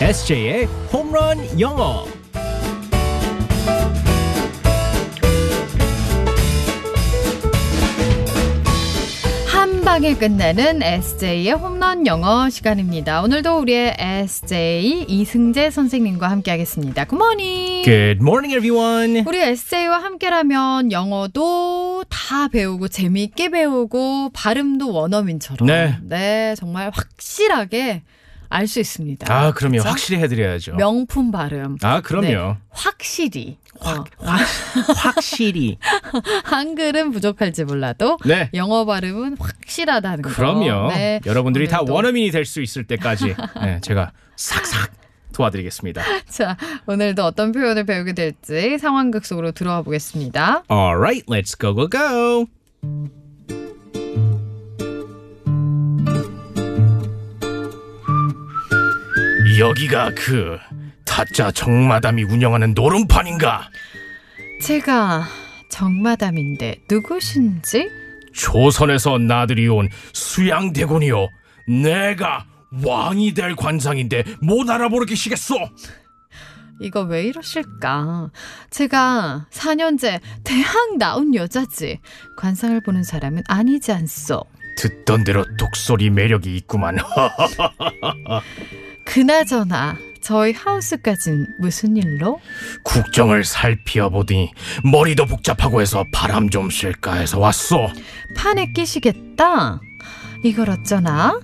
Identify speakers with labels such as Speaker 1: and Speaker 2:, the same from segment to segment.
Speaker 1: SJ의 홈런 영어.
Speaker 2: 한 방에 끝내는 SJ의 홈런 영어 시간입니다. 오늘도 우리의 SJ 이승재 선생님과 함께하겠습니다. 굿모닝.
Speaker 1: Good morning, everyone.
Speaker 2: 우리 SJ와 함께라면 영어도 다 배우고 재미있게 배우고 발음도 원어민처럼
Speaker 1: 네.
Speaker 2: 네, 정말 확실하게 알 수 있습니다.
Speaker 1: 아, 그럼요.
Speaker 2: 그죠?
Speaker 1: 확실히 해드려야죠.
Speaker 2: 명품 발음. 네,
Speaker 1: 아, 그럼요.
Speaker 2: 확실히. 어,
Speaker 1: 확실히.
Speaker 2: 한글은 부족할지 몰라도
Speaker 1: 네.
Speaker 2: 영어 발음은 확실하다는 거.
Speaker 1: 그럼요.
Speaker 2: 네.
Speaker 1: 여러분들이 다
Speaker 2: 오늘도.
Speaker 1: 원어민이 될 수 있을 때까지 네, 제가 싹싹 도와드리겠습니다.
Speaker 2: 자, 오늘도 어떤 표현을 배우게 될지 상황극 속으로 들어와 보겠습니다.
Speaker 1: All right, let's go, go, go. 여기가 그 타짜 정마담이 운영하는 노름판인가?
Speaker 2: 제가 정마담인데 누구신지?
Speaker 1: 조선에서 나들이 온 수양대군이요. 내가 왕이 될 관상인데 못 알아보러 계시겠소?
Speaker 2: 이거 왜 이러실까? 제가 4년째 대학 나온 여자지. 관상을 보는 사람은 아니지 않소.
Speaker 1: 듣던 대로 독소리 매력이 있구만.
Speaker 2: 그나저나 저희 하우스까진 무슨 일로?
Speaker 1: 국정을 살피어보니 머리도 복잡하고 해서 바람 좀 쉴까 해서 왔소.
Speaker 2: 판에 끼시겠다. 이걸 어쩌나?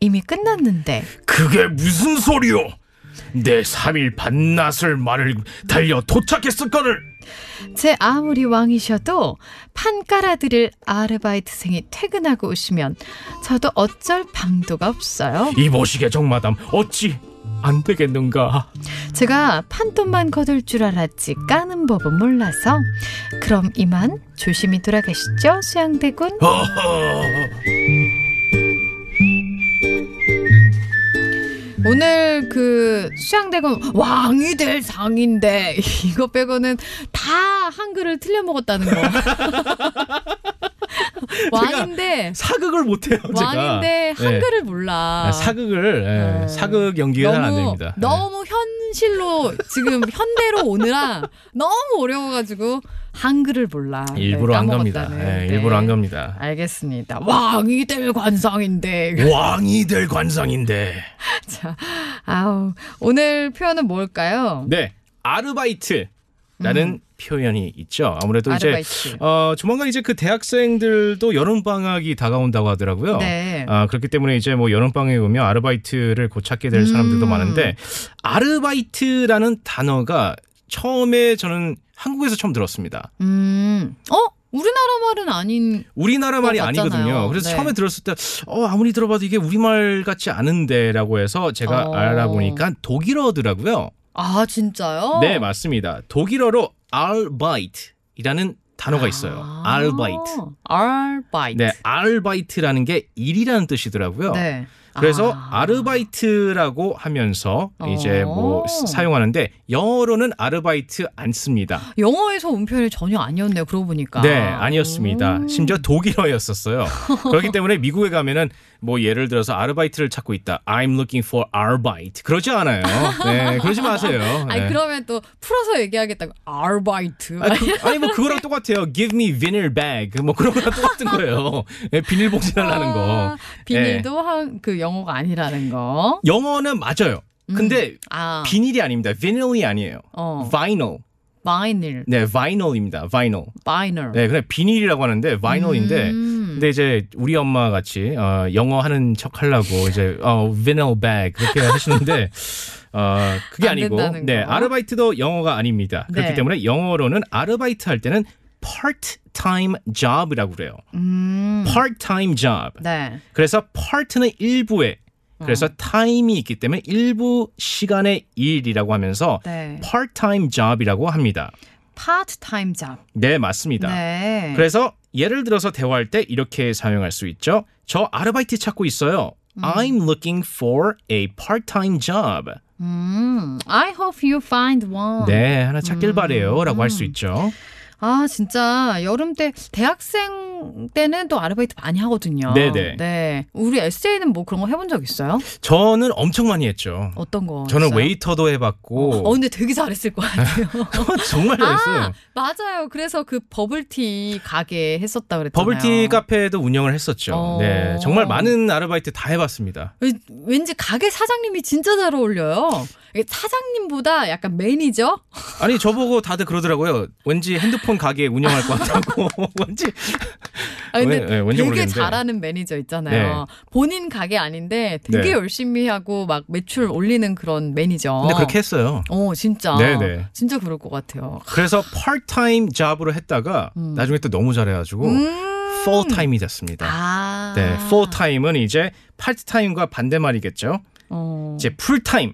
Speaker 2: 이미 끝났는데.
Speaker 1: 그게 무슨 소리요? 내 3일 반나절 말을 달려 도착했을 거를
Speaker 2: 제 아무리 왕이셔도 판 깔아드릴 아르바이트생이 퇴근하고 오시면 저도 어쩔 방도가 없어요.
Speaker 1: 이보시게 정마담 어찌 안 되겠는가?
Speaker 2: 제가 판돈만 거둘 줄 알았지 까는 법은 몰라서 그럼 이만 조심히 돌아가시죠 수양대군
Speaker 1: 어허.
Speaker 2: 오늘 그 수양대군 왕이 될 상인데 이거 빼고는 다 한글을 틀려 먹었다는 거 왕인데
Speaker 1: 사극을 못해요 제가.
Speaker 2: 왕인데
Speaker 1: 네.
Speaker 2: 한글을 몰라
Speaker 1: 아, 사극을 예,
Speaker 2: 음.
Speaker 1: 사극 연기가 잘안
Speaker 2: 너무
Speaker 1: 됩니다. 네,
Speaker 2: 너무 현실로 지금 현대로 오느라 너무 어려워가지고 한글을 몰라
Speaker 1: 예. 일부러
Speaker 2: 네,
Speaker 1: 안 갑니다.
Speaker 2: 까먹었다는.
Speaker 1: 예,
Speaker 2: 네.
Speaker 1: 일부러 안 갑니다.
Speaker 2: 알겠습니다. 왕이 될 관상인데.
Speaker 1: 왕이 될 관상인데.
Speaker 2: 자, 아우 오늘 표현은 뭘까요?
Speaker 1: 네, 아르바이트라는 표현이 있죠. 아무래도 이제
Speaker 2: 음. 아르바이트.
Speaker 1: 어, 조만간 이제 그 대학생들도 여름 방학이 다가온다고 하더라고요.
Speaker 2: 네.
Speaker 1: 아, 그렇기 때문에 이제 뭐 여름 방학에 오면 아르바이트를 곧 찾게 될 사람들도
Speaker 2: 음.
Speaker 1: 많은데 아르바이트라는 단어가 처음에 저는 한국에서 처음 들었습니다.
Speaker 2: 음, 어 우리나라 말은 아닌.
Speaker 1: 우리나라 말이
Speaker 2: 그거 같잖아요.
Speaker 1: 아니거든요. 그래서
Speaker 2: 네.
Speaker 1: 처음에 들었을 때, 어, 아무리 들어봐도 이게 우리말 같지 않은데라고 해서 제가
Speaker 2: 어.
Speaker 1: 알아보니까 독일어더라고요.
Speaker 2: 아 진짜요?
Speaker 1: 네, 맞습니다. 독일어로 arbeit이라는 단어가 있어요.
Speaker 2: 아,
Speaker 1: arbeite.
Speaker 2: 아르바이트.
Speaker 1: 네, arbeit라는 게 일이라는 뜻이더라고요.
Speaker 2: 네.
Speaker 1: 그래서
Speaker 2: 아.
Speaker 1: 아. 르바이트라고 하면서 이제 뭐
Speaker 2: 어.
Speaker 1: 쓰- 사용하는데 영어로는 아르바이트 안 씁니다.
Speaker 2: 영어에서 온 표현이 전혀 아니었네요. 그러고 보니까.
Speaker 1: 네, 아니었습니다.
Speaker 2: 음.
Speaker 1: 심지어 독일어였었어요. 그렇기 때문에 미국에 가면은 뭐 예를 들어서 아르바이트를 찾고 있다. I'm looking for arbeit. 그러지 않아요. 네, 그러지 마세요.
Speaker 2: 아니
Speaker 1: 네.
Speaker 2: 그러면 또 풀어서 얘기하겠다고 아르바이트.
Speaker 1: 아니, 그, 아니, 뭐 그거랑 똑같아요. Give me vinyl bag. 뭐 그런 거랑 똑같은 거예요. 네, 비닐봉지 달라는 거. 네.
Speaker 2: 아, 비닐도 한, 그 영어가 아니라는 거.
Speaker 1: 영어는 맞아요. 근데
Speaker 2: 아,
Speaker 1: 비닐이 아닙니다. vinyl이 아니에요.
Speaker 2: 어,
Speaker 1: vinyl.
Speaker 2: 바이닐,
Speaker 1: 네, vinyl입니다. vinyl.
Speaker 2: 바이널.
Speaker 1: 네, 그냥 비닐이라고 하는데 vinyl인데
Speaker 2: 음.
Speaker 1: 근데 이제 우리 엄마 같이 어, 영어 하는 척 하려고 이제 어, vinyl bag 그렇게 하시는데 어, 그게
Speaker 2: 안
Speaker 1: 아니고
Speaker 2: 된다는
Speaker 1: 네,
Speaker 2: 거.
Speaker 1: 아르바이트도 영어가 아닙니다.
Speaker 2: 네.
Speaker 1: 그렇기 때문에 영어로는 아르바이트 할 때는 part time job이라고 그래요.
Speaker 2: 음.
Speaker 1: part time job.
Speaker 2: 네.
Speaker 1: 그래서 part는 일부에
Speaker 2: 어.
Speaker 1: 그래서 time이 있기 때문에 일부 시간의 일이라고 하면서
Speaker 2: 네.
Speaker 1: part-time job이라고 합니다.
Speaker 2: 파트타임 잡.
Speaker 1: 네, 맞습니다.
Speaker 2: 네.
Speaker 1: 그래서 예를 들어서 대화할 때 이렇게 사용할 수 있죠. 저 아르바이트 찾고 있어요. I'm looking for a part-time job.
Speaker 2: 음. I hope you find one.
Speaker 1: 네, 하나 찾길 바래요라고 할 수 있죠.
Speaker 2: 아, 진짜 여름 때 대학생 때는 또 아르바이트 많이 하거든요.
Speaker 1: 네네.
Speaker 2: 네. 우리 SJ는 뭐 그런 거 해본 적 있어요?
Speaker 1: 저는 엄청 많이 했죠.
Speaker 2: 어떤 거?
Speaker 1: 저는
Speaker 2: 있어요?
Speaker 1: 웨이터도 해봤고
Speaker 2: 어, 근데 되게 잘했을 거 같아요.
Speaker 1: 정말 잘했어요.
Speaker 2: 아, 맞아요. 그래서 그 버블티 가게 했었다 그랬잖아요.
Speaker 1: 버블티 카페도 운영을 했었죠.
Speaker 2: 어.
Speaker 1: 네, 정말 많은 아르바이트 다 해봤습니다.
Speaker 2: 왠- 왠지 가게 사장님이 진짜 잘 어울려요. 이게 사장님보다 약간 매니저?
Speaker 1: 아니 저보고 다들 그러더라고요. 왠지 핸드폰 가게 운영할 것 같다고. 왠지
Speaker 2: 아, 근데
Speaker 1: 왜- 예, 왠지
Speaker 2: 되게
Speaker 1: 모르겠는데.
Speaker 2: 잘하는 매니저 있잖아요. 본인 가게 아닌데 되게
Speaker 1: 네.
Speaker 2: 열심히 하고 막 매출 올리는 그런 매니저.
Speaker 1: 근데 그렇게 했어요.
Speaker 2: 어, 진짜.
Speaker 1: 네네.
Speaker 2: 진짜 그럴 것 같아요.
Speaker 1: 그래서 파트타임 잡으로 했다가
Speaker 2: 음.
Speaker 1: 나중에 또 너무 잘해가지고
Speaker 2: 음.
Speaker 1: 풀타임이 됐습니다.
Speaker 2: 아.
Speaker 1: 네, 풀타임은 이제 파트타임과 반대말이겠죠.
Speaker 2: 어.
Speaker 1: 이제 풀타임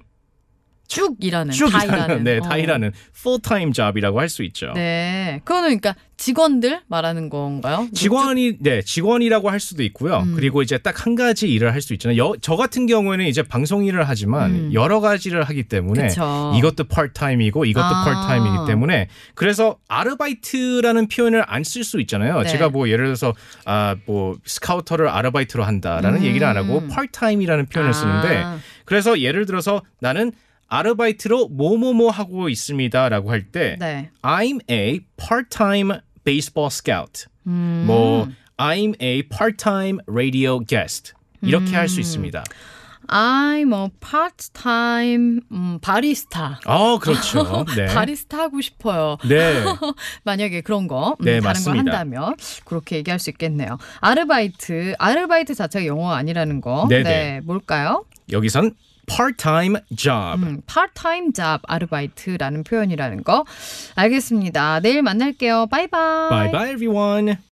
Speaker 2: 쭉 일하는.
Speaker 1: 쭉
Speaker 2: 다
Speaker 1: 일하는,
Speaker 2: 일하는.
Speaker 1: 네,
Speaker 2: 어.
Speaker 1: 다 일하는 풀타임 잡이라고 할 수 있죠.
Speaker 2: 네. 그거는 그러니까 직원들 말하는 건가요?
Speaker 1: 직원이 네 직원이라고 할 수도 있고요.
Speaker 2: 음.
Speaker 1: 그리고 이제 딱 한 가지 일을 할 수 있잖아요. 여- 저 같은 경우에는 이제 방송 일을 하지만
Speaker 2: 음.
Speaker 1: 여러 가지를 하기 때문에
Speaker 2: 그렇죠.
Speaker 1: 네. 이것도 파트타임이고 이것도
Speaker 2: 아.
Speaker 1: 파트타임이기 때문에 그래서 아르바이트라는 표현을 안 쓸 수 있잖아요.
Speaker 2: 네.
Speaker 1: 제가 뭐 예를 들어서 아 뭐 스카우터를 아르바이트로 한다라는
Speaker 2: 음.
Speaker 1: 얘기를 안 하고 파트타임이라는 표현을 쓰는데
Speaker 2: 아.
Speaker 1: 그래서 예를 들어서 나는 아르바이트로 뭐뭐뭐 하고 있습니다라고 할 때
Speaker 2: 네.
Speaker 1: I'm a part-time baseball scout.
Speaker 2: 음.
Speaker 1: 뭐 I'm a part-time radio guest 이렇게 할 수
Speaker 2: 음.
Speaker 1: 있습니다.
Speaker 2: I'm a part-time 음, 바리스타.
Speaker 1: 아 그렇죠. 네.
Speaker 2: 바리스타 하고 싶어요.
Speaker 1: 네.
Speaker 2: 만약에 그런 거 음,
Speaker 1: 네,
Speaker 2: 다른
Speaker 1: 맞습니다.
Speaker 2: 거 한다면 그렇게 얘기할 수 있겠네요. 아르바이트, 아르바이트 자체가 영어가 아니라는 거.
Speaker 1: 네네.
Speaker 2: 네, 뭘까요?
Speaker 1: 여기선 part-time job.
Speaker 2: 음, part-time job 아르바이트라는 표현이라는 거. 알겠습니다. 내일 만날게요. 바이바이.
Speaker 1: Bye bye everyone.